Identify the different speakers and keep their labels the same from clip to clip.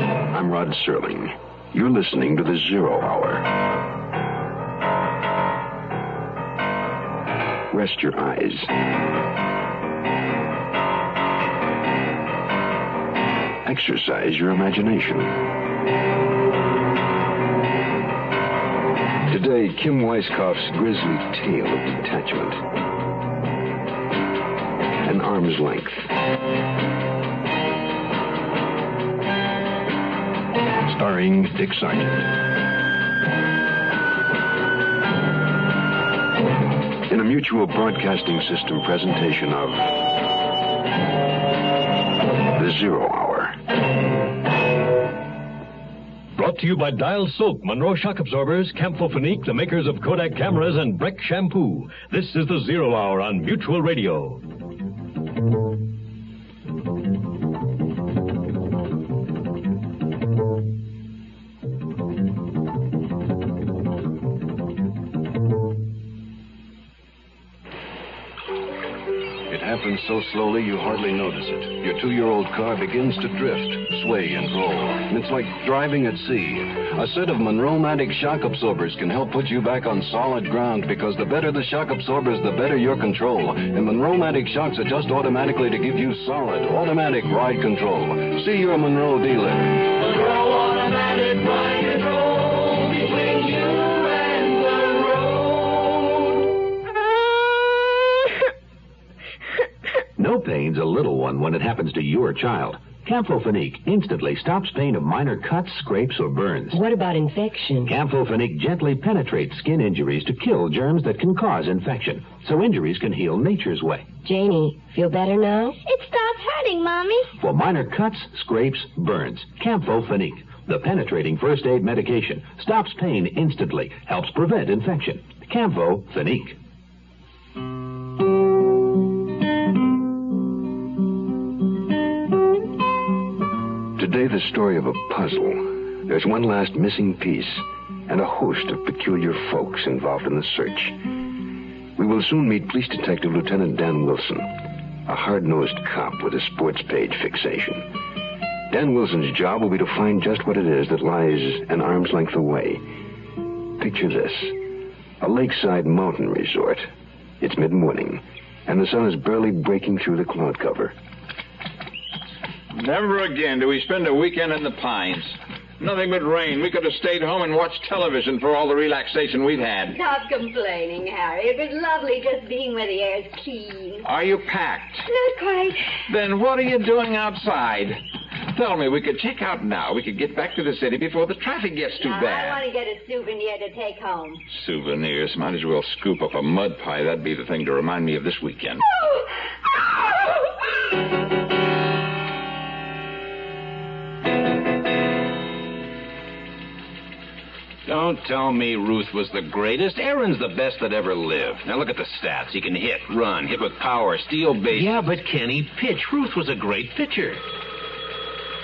Speaker 1: Bud Serling. You're listening to The Zero Hour. Rest your eyes. Exercise your imagination. Today, Kim Weisskopf's grisly tale of detachment. An arm's length. Starring Dick Sargent. In a mutual broadcasting system presentation of The Zero Hour.
Speaker 2: Brought to you by Dial Soap, Monroe Shock Absorbers, Camphorphonique, the makers of Kodak cameras, and Breck Shampoo. This is the Zero Hour on Mutual Radio.
Speaker 3: It happens so slowly you hardly notice it. Your two year old car begins to drift, sway, and roll. It's like driving at sea. A set of Monromatic shock absorbers can help put you back on solid ground because the better the shock absorbers, the better your control. And Monromatic shocks adjust automatically to give you solid, automatic ride control. See your Monroe dealer.
Speaker 4: No pain's a little one when it happens to your child. Camphorphenique instantly stops pain of minor cuts, scrapes, or burns.
Speaker 5: What about infection?
Speaker 4: Camphorphenique gently penetrates skin injuries to kill germs that can cause infection, so injuries can heal nature's way.
Speaker 5: Janie, feel better now?
Speaker 6: It stopped hurting, Mommy.
Speaker 4: For minor cuts, scrapes, burns, Camphorphenique, the penetrating first aid medication, stops pain instantly, helps prevent infection. Camphorphenique.
Speaker 1: Today, the story of a puzzle. There's one last missing piece, and a host of peculiar folks involved in the search. We will soon meet Police Detective Lieutenant Dan Wilson, a hard nosed cop with a sports page fixation. Dan Wilson's job will be to find just what it is that lies an arm's length away. Picture this a lakeside mountain resort. It's mid morning, and the sun is barely breaking through the cloud cover.
Speaker 7: Never again do we spend a weekend in the pines. Nothing but rain. We could have stayed home and watched television for all the relaxation we've had.
Speaker 8: Stop complaining, Harry. It was lovely just being where the air's clean.
Speaker 7: Are you packed?
Speaker 8: Not quite.
Speaker 7: Then what are you doing outside? Tell me, we could check out now. We could get back to the city before the traffic gets too
Speaker 5: Ah,
Speaker 8: Now, Ah, I
Speaker 7: bad.
Speaker 8: want to get a souvenir to take home.
Speaker 7: Souvenirs. Might as well scoop up a mud pie. That'd be the thing to remind me of this weekend. Don't tell me Ruth was the greatest. Aaron's the best that ever lived. Now look at the stats. He can hit, run, hit with power, steal base.
Speaker 9: Yeah, but can he pitch? Ruth was a great pitcher.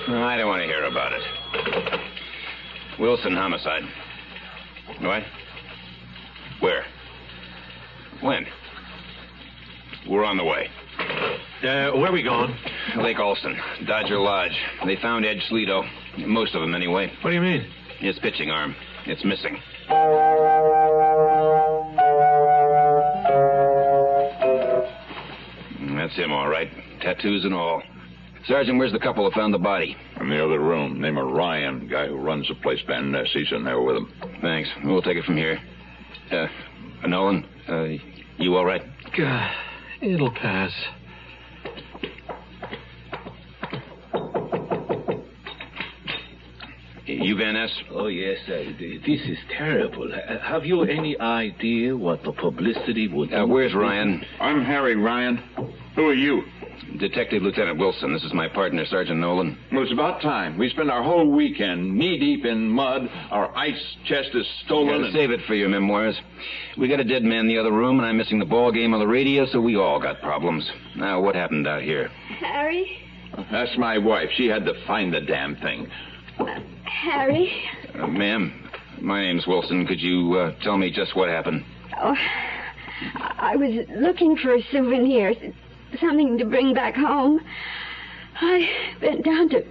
Speaker 7: I don't want to hear about it. Wilson homicide. What? Where? When? We're on the way.
Speaker 9: Uh, where we going?
Speaker 7: Lake Olson, Dodger Lodge. They found Ed Sledo. Most of them, anyway.
Speaker 9: What do you mean?
Speaker 7: His pitching arm. It's missing. That's him, all right. Tattoos and all. Sergeant, where's the couple that found the body?
Speaker 10: In the other room, name of Ryan, guy who runs the place, Uh, Van Ness. He's in there with him.
Speaker 7: Thanks. We'll take it from here. Uh, Nolan, uh, you all right?
Speaker 9: God, it'll pass.
Speaker 7: You, Van Ness?
Speaker 11: Oh, yes, I, this is terrible. Uh, Have you any idea what the publicity would
Speaker 7: Uh,
Speaker 11: do?
Speaker 7: where's Ryan?
Speaker 10: I'm Harry Ryan. Who are you?
Speaker 7: Detective Lieutenant Wilson. This is my partner, Sergeant Nolan.
Speaker 10: Well, it's about time. We spend our whole weekend knee deep in mud. Our ice chest is stolen.
Speaker 7: Gotta save it for your memoirs. We got a dead man in the other room, and I'm missing the ball game on the radio, so we all got problems. Now, what happened out here?
Speaker 8: Harry?
Speaker 10: and... That's my wife. She had to find the damn thing.
Speaker 8: Harry?
Speaker 7: Uh, ma'am, my name's Wilson. Could you uh, tell me just what happened?
Speaker 8: Oh, I was looking for a souvenir, s- something to bring back home. I bent down to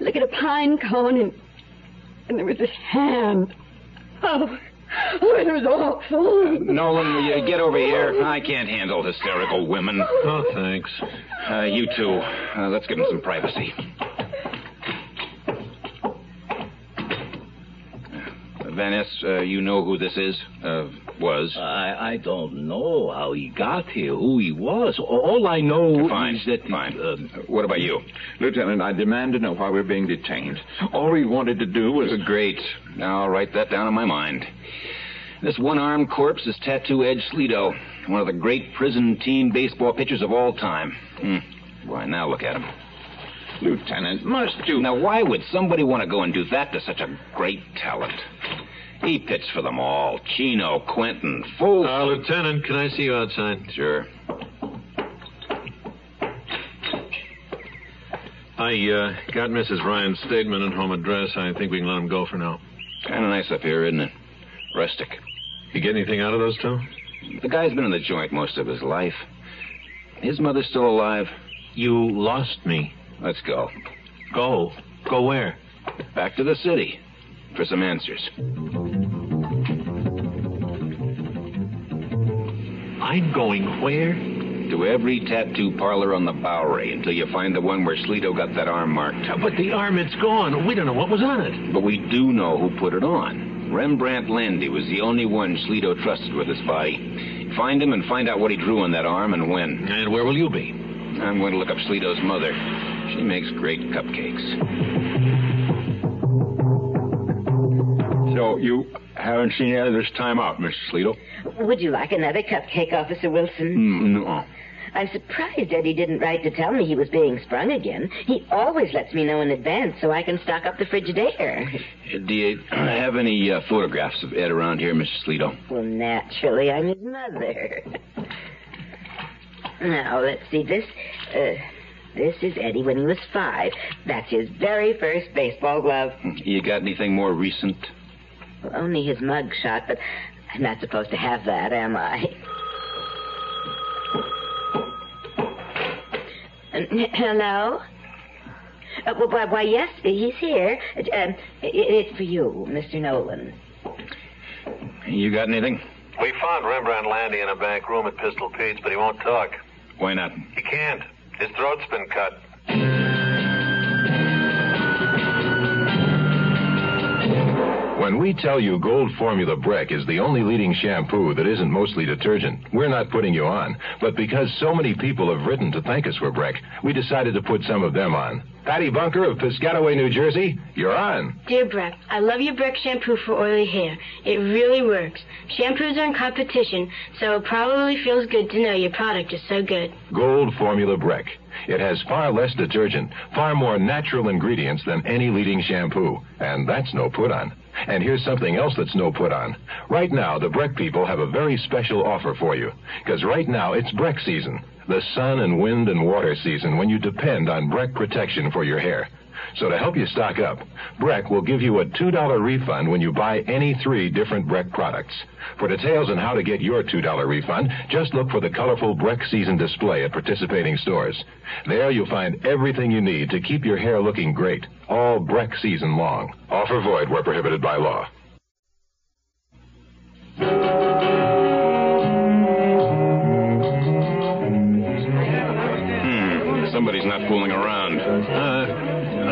Speaker 8: look at a pine cone and
Speaker 12: and there was this hand. Oh, oh it was awful.
Speaker 7: Uh, Nolan, will you get over here? I can't handle hysterical women. Oh, thanks. Uh, you too. Uh, let's give them some privacy. Van Ness, uh, you know who this is? Uh, was?
Speaker 13: I, I don't know how he got here, who he was. All I know
Speaker 7: Fine.
Speaker 13: is that.
Speaker 7: Fine. what about you?
Speaker 14: Lieutenant, I demand to know why we're being detained. All we wanted to do was.
Speaker 7: Great. Now I'll write that down in my mind. This one armed corpse is Tattoo Edge Sledo, one of the great prison team baseball pitchers of all time. Hmm. Why, now look at him.
Speaker 14: Lieutenant, must you?
Speaker 7: Now, why would somebody want to go and do that to such a great talent? He pitched for them all Chino, Quentin, Full.
Speaker 15: Uh, Lieutenant, can I see you outside?
Speaker 7: Sure.
Speaker 15: I uh, got Mrs. Ryan's statement and home address. I think we can let him go for now.
Speaker 7: Kind of nice up here, isn't it? Rustic.
Speaker 15: You get anything out of those two?
Speaker 7: The guy's been in the joint most of his life. His mother's still alive.
Speaker 15: You lost me.
Speaker 7: Let's go.
Speaker 15: Go. Go where?
Speaker 7: Back to the city for some answers.
Speaker 15: I'm going where?
Speaker 7: To every tattoo parlor on the Bowery until you find the one where Sleto got that arm marked.
Speaker 15: But the arm, it's gone. We don't know what was on it.
Speaker 7: But we do know who put it on. Rembrandt Landy was the only one Sleto trusted with his body. Find him and find out what he drew on that arm and when.
Speaker 15: And where will you be?
Speaker 7: I'm going to look up Sleto's mother. She makes great cupcakes.
Speaker 14: So you haven't seen her this time out, Mr. Sledo?
Speaker 5: Would you like another cupcake, Officer Wilson?
Speaker 7: Mm,
Speaker 14: No.
Speaker 5: I'm surprised Eddie didn't write to tell me he was being sprung again. He always lets me know in advance so I can stock up the Frigidaire.
Speaker 7: Uh, Do you have any uh, photographs of Ed around here, Mr. Sleto?
Speaker 5: Well, naturally, I'm his mother. Now, let's see. This, uh, this is Eddie when he was five. That's his very first baseball glove.
Speaker 7: You got anything more recent?
Speaker 5: Well, Only his mug shot, but I'm not supposed to have that, am I? Um, Hello? Uh, well, why, why, yes, he's here. It, Um, i it's for you, Mr. Nolan.
Speaker 7: You got anything?
Speaker 9: We found Rembrandt Landy in a back room at Pistol Pete's, but he won't talk.
Speaker 7: Why not?
Speaker 9: He can't. His throat's been cut.
Speaker 3: When we tell you Gold Formula Breck is the only leading shampoo that isn't mostly detergent, we're not putting you on. But because so many people have written to thank us for Breck, we decided to put some of them on. Patty Bunker of Piscataway, New Jersey, you're on.
Speaker 16: Dear Breck, I love your Breck shampoo for oily hair. It really works. Shampoos are in competition, so it probably feels good to know your product is so good.
Speaker 3: Gold Formula Breck. It has far less detergent, far more natural ingredients than any leading shampoo, and that's no put on. And here's something else that's no put on. Right now, the Breck people have a very special offer for you, because right now it's Breck season, the sun and wind and water season when you depend on Breck protection for your hair. So to help you stock up, Breck will give you a $2 refund when you buy any three different Breck products. For details on how to get your $2 refund, just look for the colorful Breck season display at participating stores. There you'll find everything you need to keep your hair looking great, all Breck season long. Offer void where prohibited by law.
Speaker 7: Hmm. Somebody's not fooling around.
Speaker 15: Uh,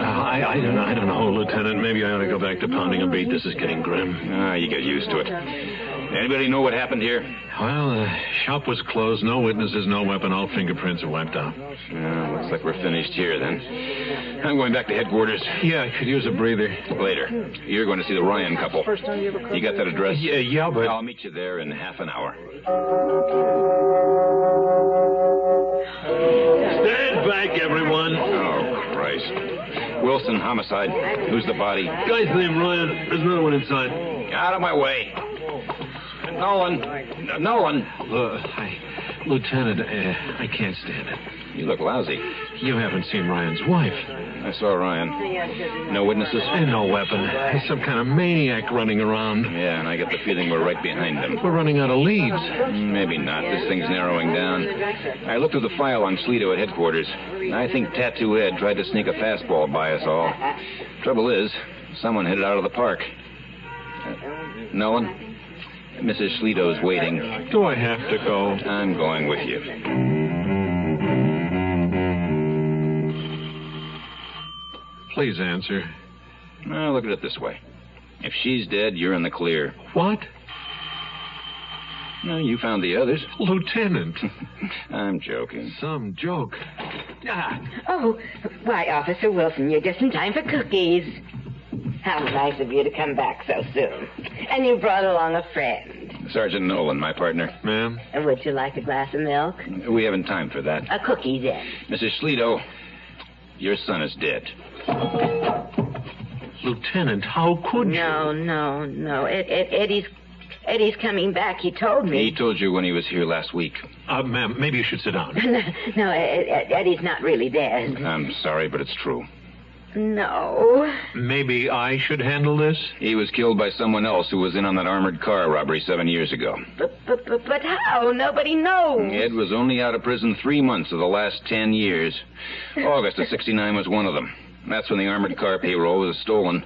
Speaker 15: I, I don't know. I don't know, Lieutenant. Maybe I ought to go back to pounding a beat. This is getting grim.
Speaker 7: Ah, you get used to it. Anybody know what happened here?
Speaker 15: Well,
Speaker 9: uh,
Speaker 15: the shop was closed. No witnesses, no weapon. All fingerprints are wiped out.
Speaker 7: Yeah, Uh, looks like we're finished here then. I'm going back to headquarters.
Speaker 15: Yeah, I could use a breather.
Speaker 7: Later. You're going to see the Ryan couple.
Speaker 17: First time you ever
Speaker 7: You got that address?
Speaker 15: Yeah, yeah, but-
Speaker 7: I'll meet you there in half an hour.
Speaker 15: Stand back, everyone.
Speaker 7: Oh, Christ. Wilson, homicide. Who's the body?
Speaker 15: Guy's named Ryan. There's another one inside.
Speaker 7: Out of my way. Nolan. N- Nolan.
Speaker 15: Look, Uh, Lieutenant, uh, I can't stand it.
Speaker 7: You look lousy.
Speaker 15: You haven't seen Ryan's wife.
Speaker 7: I saw Ryan. No witnesses?
Speaker 15: And no weapon. There's some kind of maniac running around.
Speaker 7: Yeah, and I get the feeling we're right behind him.
Speaker 15: We're running out of leads.
Speaker 7: Maybe not. This thing's narrowing down. I looked through the file on Sleto at headquarters. I think Tattoo Ed tried to sneak a fastball by us all. Trouble is, Someone headed out of the park. Uh, no one? Mrs. Schlito's waiting.
Speaker 9: Do I have to go?
Speaker 7: I'm going with you.
Speaker 9: Please answer.
Speaker 7: Now, look at it this way. If she's dead, you're in the clear.
Speaker 9: What?
Speaker 7: No, you found the others.
Speaker 9: Lieutenant.
Speaker 7: I'm joking.
Speaker 9: Some joke.
Speaker 5: Ah. Oh, why, Officer Wilson, you're just in time for cookies. How nice of you to come back so soon. And you brought along a friend.
Speaker 7: Sergeant Nolan, my partner.
Speaker 9: Ma'am?
Speaker 5: Would you like a glass of milk?
Speaker 7: We haven't time for that.
Speaker 5: A cookie, then.
Speaker 7: Mrs. Schlito, your son is dead.
Speaker 9: Lieutenant, how could you?
Speaker 5: No, no, no. Ed, Ed, Eddie's Eddie's coming back. He told me.
Speaker 7: He told you when he was here last week.
Speaker 9: Uh, ma'am, maybe you should sit down.
Speaker 5: no, no, Ed, Ed, Eddie's not really dead.
Speaker 7: I'm sorry, but it's true.
Speaker 5: No.
Speaker 9: Maybe I should handle this?
Speaker 7: He was killed by someone else who was in on that armored car robbery seven years ago.
Speaker 5: But, but, but, but how? Nobody knows.
Speaker 7: Ed was only out of prison three months of the last ten years. August of 69 was one of them. That's when the armored car payroll was stolen.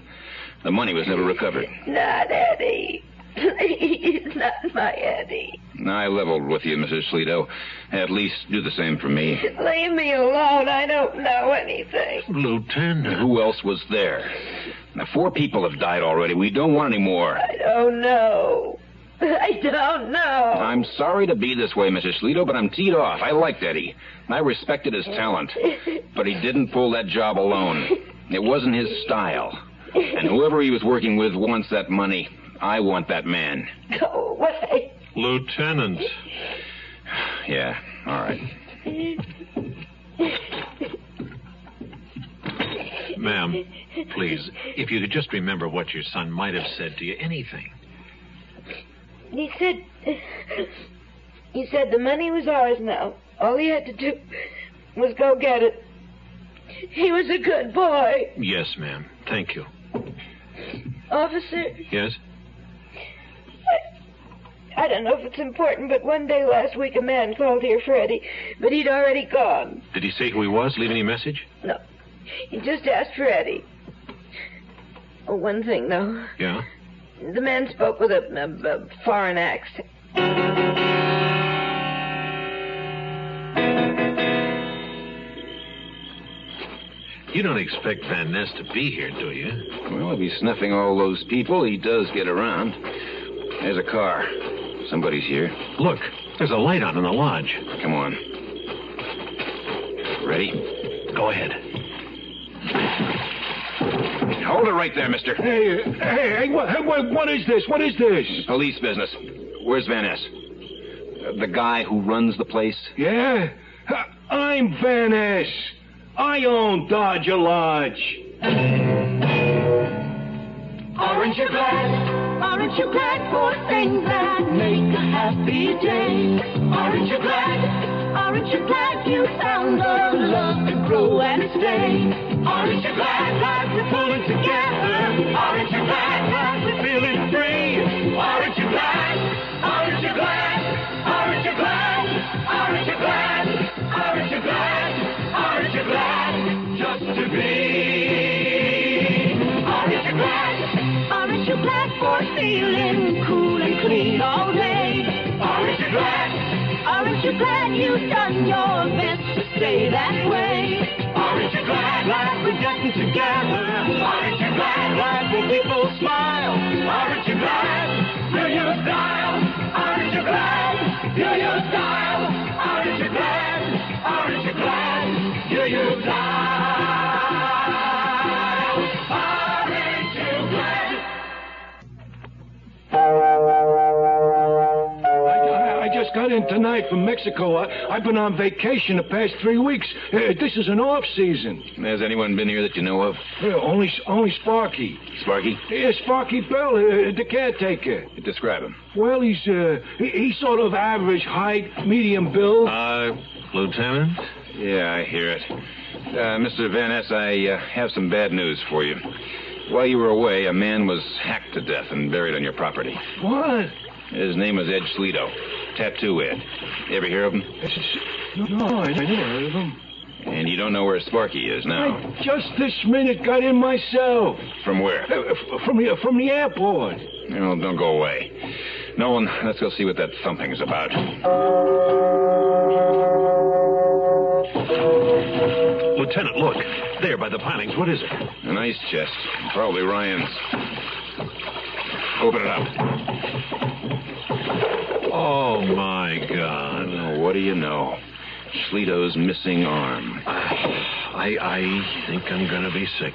Speaker 7: The money was never recovered.
Speaker 5: Not Eddie. Please, not my Eddie.
Speaker 7: I leveled with you, Mrs. Slito. At least do the same for me.
Speaker 5: Leave me alone. I don't know anything.
Speaker 9: Lieutenant.
Speaker 7: Who else was there? Now, four people have died already. We don't want any more.
Speaker 5: I don't know. I don't know.
Speaker 7: I'm sorry to be this way, Mrs. Schlito, but I'm teed off. I liked Eddie. I respected his talent. But he didn't pull that job alone. It wasn't his style. And whoever he was working with wants that money. I want that man.
Speaker 5: Go away.
Speaker 9: Lieutenant.
Speaker 7: Yeah, all right.
Speaker 9: Ma'am, please, if you could just remember what your son might have said to you, anything.
Speaker 5: He said. He said the money was ours now. All he had to do was go get it. He was a good boy.
Speaker 9: Yes, ma'am. Thank you.
Speaker 5: Officer,
Speaker 9: Yes?
Speaker 5: I don't know if it's important, but one day last week a man called here for Eddie, but he'd already gone.
Speaker 9: Did he say who he was? Leave any message?
Speaker 5: No. He just asked for Eddie. Oh, one thing, though.
Speaker 9: Yeah?
Speaker 5: The man spoke with a, a- a foreign accent.
Speaker 9: You don't expect Van Ness to be here, do you?
Speaker 7: Well, if he's snuffing all those people, he does get around. There's a car. Somebody's here.
Speaker 9: Look, there's a light on in the lodge.
Speaker 7: Come on. Ready?
Speaker 9: Go ahead.
Speaker 7: Hold it right there, mister.
Speaker 3: Hey, hey, hey, what, hey, what, what is this? What is this?
Speaker 7: Police business. Where's Van Ness? Uh, The guy who runs the place?
Speaker 3: Yeah? I- I'm Van Ness. I own Dodger Lodge.
Speaker 18: Aren't you glad? Aren't you glad for things that make a happy day? Aren't you glad? Aren't you glad you found a love to grow and stay? Aren't you glad that we're pulling together? Aren't you glad that we're feeling free? Aren't you glad? Aren't you glad? Aren't you glad? Aren't you glad? Aren't you glad? Aren't you glad? Just to be. Aren't you glad? Aren't you glad for feeling cool and clean all day? Aren't you glad? Aren't you glad you've done your best to stay that way? Aren't you glad? Glad we're getting together. Aren't you glad? Glad when people smile. Aren't you glad? You're your style. Aren't you glad? You're your style. Aren't you glad? Aren't you glad? You're your style. Aren't you glad?
Speaker 3: I, I just got in tonight from Mexico. I, I've been on vacation the past three weeks. Uh, this is an off season.
Speaker 7: Has anyone been here that you know of?
Speaker 3: Uh, only, only Sparky.
Speaker 7: Sparky?
Speaker 3: Yeah, Sparky Bell, uh, the caretaker.
Speaker 7: Describe him.
Speaker 3: Well, he's uh, he, he's sort of average height, medium build.
Speaker 9: Uh, Lieutenant?
Speaker 7: Yeah, I hear it. Uh, Mr. Van Ness, I uh, have some bad news for you. While you were away, a man was hacked to death and buried on your property.
Speaker 3: what?
Speaker 7: His name was Ed Schlito, Tattoo Ed. You ever hear of him?
Speaker 3: No, I never heard of him.
Speaker 7: And he you don't know where Sparky is now.
Speaker 3: I just this minute got in myself.
Speaker 7: From where?
Speaker 3: Uh, f- From here, from the airport.
Speaker 7: No, don't go away. Nolan, let's go see what that thumping's about.
Speaker 19: Lieutenant, look. There by the pilings. What is it?
Speaker 7: An ice chest. Probably Ryan's. Open it up.
Speaker 19: Oh, my God.
Speaker 7: what do you know? Schlito's missing arm.
Speaker 9: I, I think I'm going to be sick.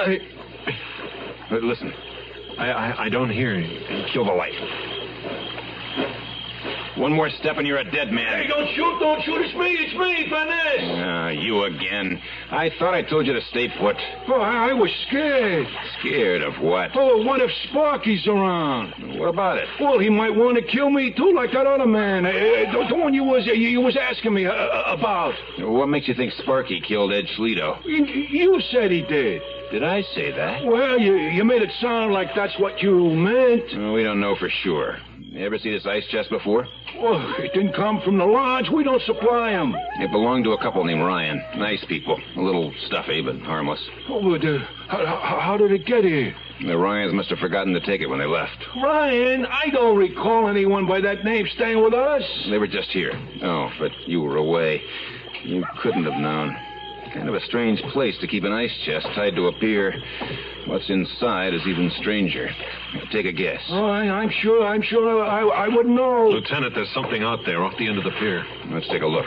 Speaker 7: Uh, Listen.
Speaker 9: I, I, I don't hear you.
Speaker 7: Kill the light. One more step and you're a dead man.
Speaker 3: Hey, don't shoot, don't shoot. It's me, it's me, Vanessa.
Speaker 7: Ah, you again. I thought I told you to stay put.
Speaker 3: Oh, I, I was scared.
Speaker 7: Scared of what?
Speaker 3: Oh, what if Sparky's around?
Speaker 7: What about it?
Speaker 3: Well, he might want to kill me, too, like that other man. Uh, uh, the one you was, you, you was asking me uh, uh, about.
Speaker 7: What makes you think Sparky killed Ed Schlito?
Speaker 3: You, you said he did.
Speaker 7: Did I say that?
Speaker 3: Well, you, you made it sound like that's what you meant.
Speaker 7: Uh, We don't know for sure. You ever see this ice chest before?
Speaker 3: Oh, it didn't come from the lodge. We don't supply them.
Speaker 7: It belonged to a couple named Ryan. Nice people. A little stuffy, but harmless.
Speaker 3: Oh, but, uh, how, how, how did it get here?
Speaker 7: The Ryans must have forgotten to take it when they left.
Speaker 3: Ryan, I don't recall anyone by that name staying with us.
Speaker 7: They were just here. Oh, but you were away. You couldn't have known. Kind of a strange place to keep an ice chest tied to a pier. What's inside is even stranger. Take a guess.
Speaker 3: Oh, I, I'm sure, I'm sure I, I wouldn't know.
Speaker 9: Lieutenant, there's something out there off the end of the pier.
Speaker 7: Let's take a look.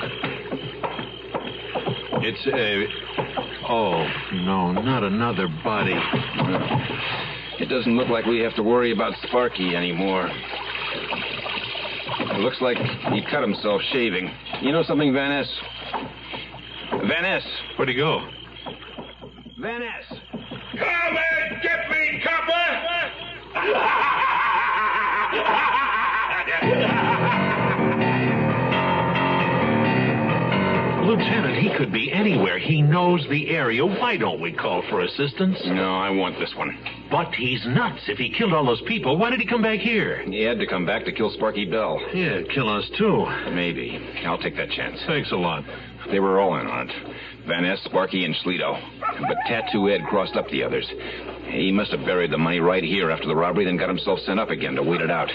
Speaker 9: It's a. Oh, no, not another body.
Speaker 7: It doesn't look like we have to worry about Sparky anymore. It looks like he cut himself shaving. You know something, Van Ness? Van Ness!
Speaker 9: Where'd he go?
Speaker 7: Van Ness!
Speaker 5: Come and get me,
Speaker 20: Lieutenant, he could be anywhere. He knows the area. Why don't we call for assistance?
Speaker 7: No, I want this one.
Speaker 20: But he's nuts. If he killed all those people, why did he come back here?
Speaker 7: He had to come back to kill Sparky Bell.
Speaker 9: Yeah, kill us too.
Speaker 7: Maybe. I'll take that chance.
Speaker 9: Thanks a lot.
Speaker 7: They were all in on it. Van Ness, Sparky, and Schlito. But Tattoo Ed crossed up the others. He must have buried the money right here after the robbery, then got himself sent up again to wait it out.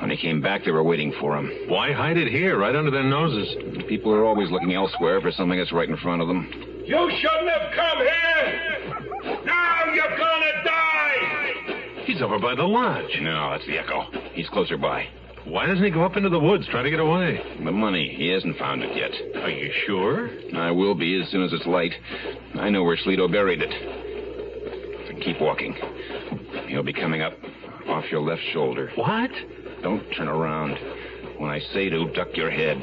Speaker 7: When he came back, they were waiting for him.
Speaker 9: Why hide it here, right under their noses?
Speaker 7: People are always looking elsewhere for something that's right in front of them.
Speaker 5: You shouldn't have come here! Now you're gonna die!
Speaker 9: He's over by the lodge.
Speaker 7: No, that's the Echo. He's closer by.
Speaker 9: Why doesn't he go up into the woods, try to get away?
Speaker 7: The money, he hasn't found it yet.
Speaker 9: Are you sure?
Speaker 7: I will be as soon as it's light. I know where Schlito buried it. Keep walking. He'll be coming up off your left shoulder.
Speaker 9: What?
Speaker 7: Don't turn around. When I say to, duck your head.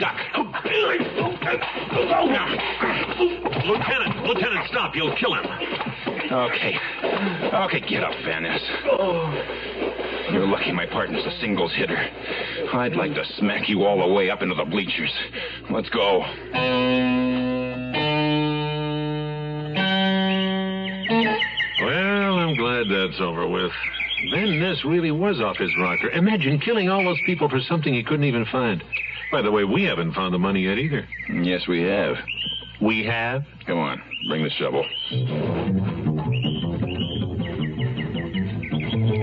Speaker 7: Duck!
Speaker 9: Oh, Lieutenant, Lieutenant, stop. You'll kill him.
Speaker 7: Okay. Okay, get up, Van Ness. You're lucky my partner's a singles hitter. I'd like to smack you all the way up into the bleachers. Let's go.
Speaker 9: Well, I'm glad that's over with. Van Ness really was off his rocker. Imagine killing all those people for something he couldn't even find. By the way, we haven't found the money yet either.
Speaker 7: Yes, we have.
Speaker 9: We have?
Speaker 7: Come on, bring the shovel.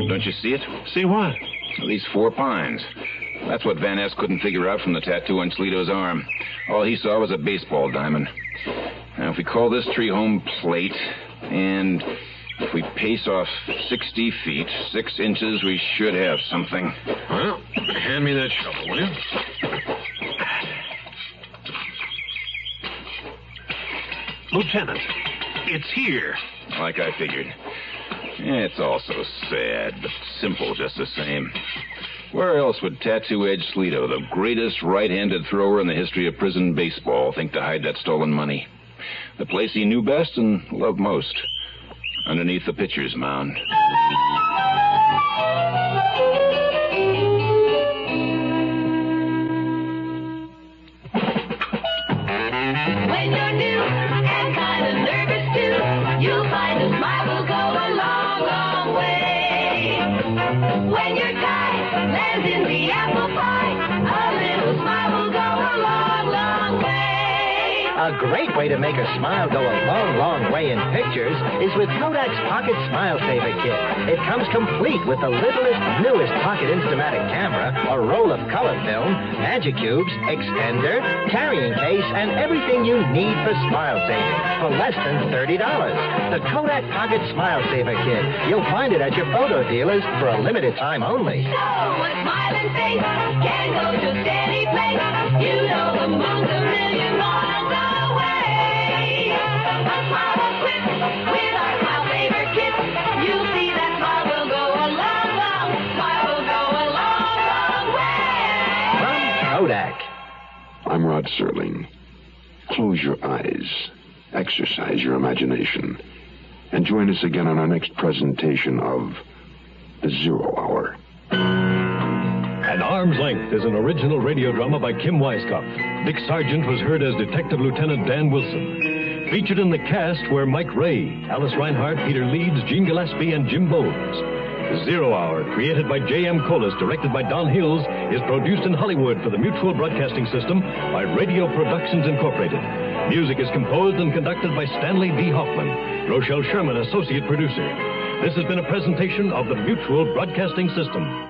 Speaker 7: Don't you see it?
Speaker 9: See what?
Speaker 7: These four pines. That's what Van Ness couldn't figure out from the tattoo on Toledo's arm. All he saw was a baseball diamond. Now, if we call this tree home plate, and if we pace off 60 feet, 6 inches, we should have something.
Speaker 9: Well, hand me that shovel, will you?
Speaker 20: Lieutenant, it's here.
Speaker 7: Like I figured. It's also sad, but simple just the same. Where else would Tattoo Edge Slito, the greatest right-handed thrower in the history of prison baseball, think to hide that stolen money? The place he knew best and loved most. Underneath the pitcher's mound.
Speaker 5: When you're new and kind of nervous too, you'll find a smile will go a long, long way. When your tie lands in the apple pie, a little smile will go a
Speaker 21: A great way to make a smile go a long, long way in pictures is with Kodak's Pocket Smile Saver Kit. It comes complete with the littlest, newest pocket instamatic camera, a roll of color film, magic cubes, extender, carrying case, and everything you need for smile saving for less than $30. The Kodak Pocket Smile Saver Kit. You'll find it at your photo dealers for a limited time only. Kodak.
Speaker 1: I'm Rod Serling. Close your eyes, exercise your imagination, and join us again on our next presentation of The Zero Hour.
Speaker 2: An Arm's Length is an original radio drama by Kim Weiskopf. Dick Sargent was heard as Detective Lieutenant Dan Wilson. Featured in the cast were Mike Ray, Alice Reinhardt, Peter Leeds, Gene Gillespie, and Jim Bowles. The Zero Hour, created by J.M. Colas, directed by Don Hills, is produced in Hollywood for the Mutual Broadcasting System by Radio Productions Incorporated. Music is composed and conducted by Stanley D. Hoffman, Rochelle Sherman, associate producer. This has been a presentation of the Mutual Broadcasting System.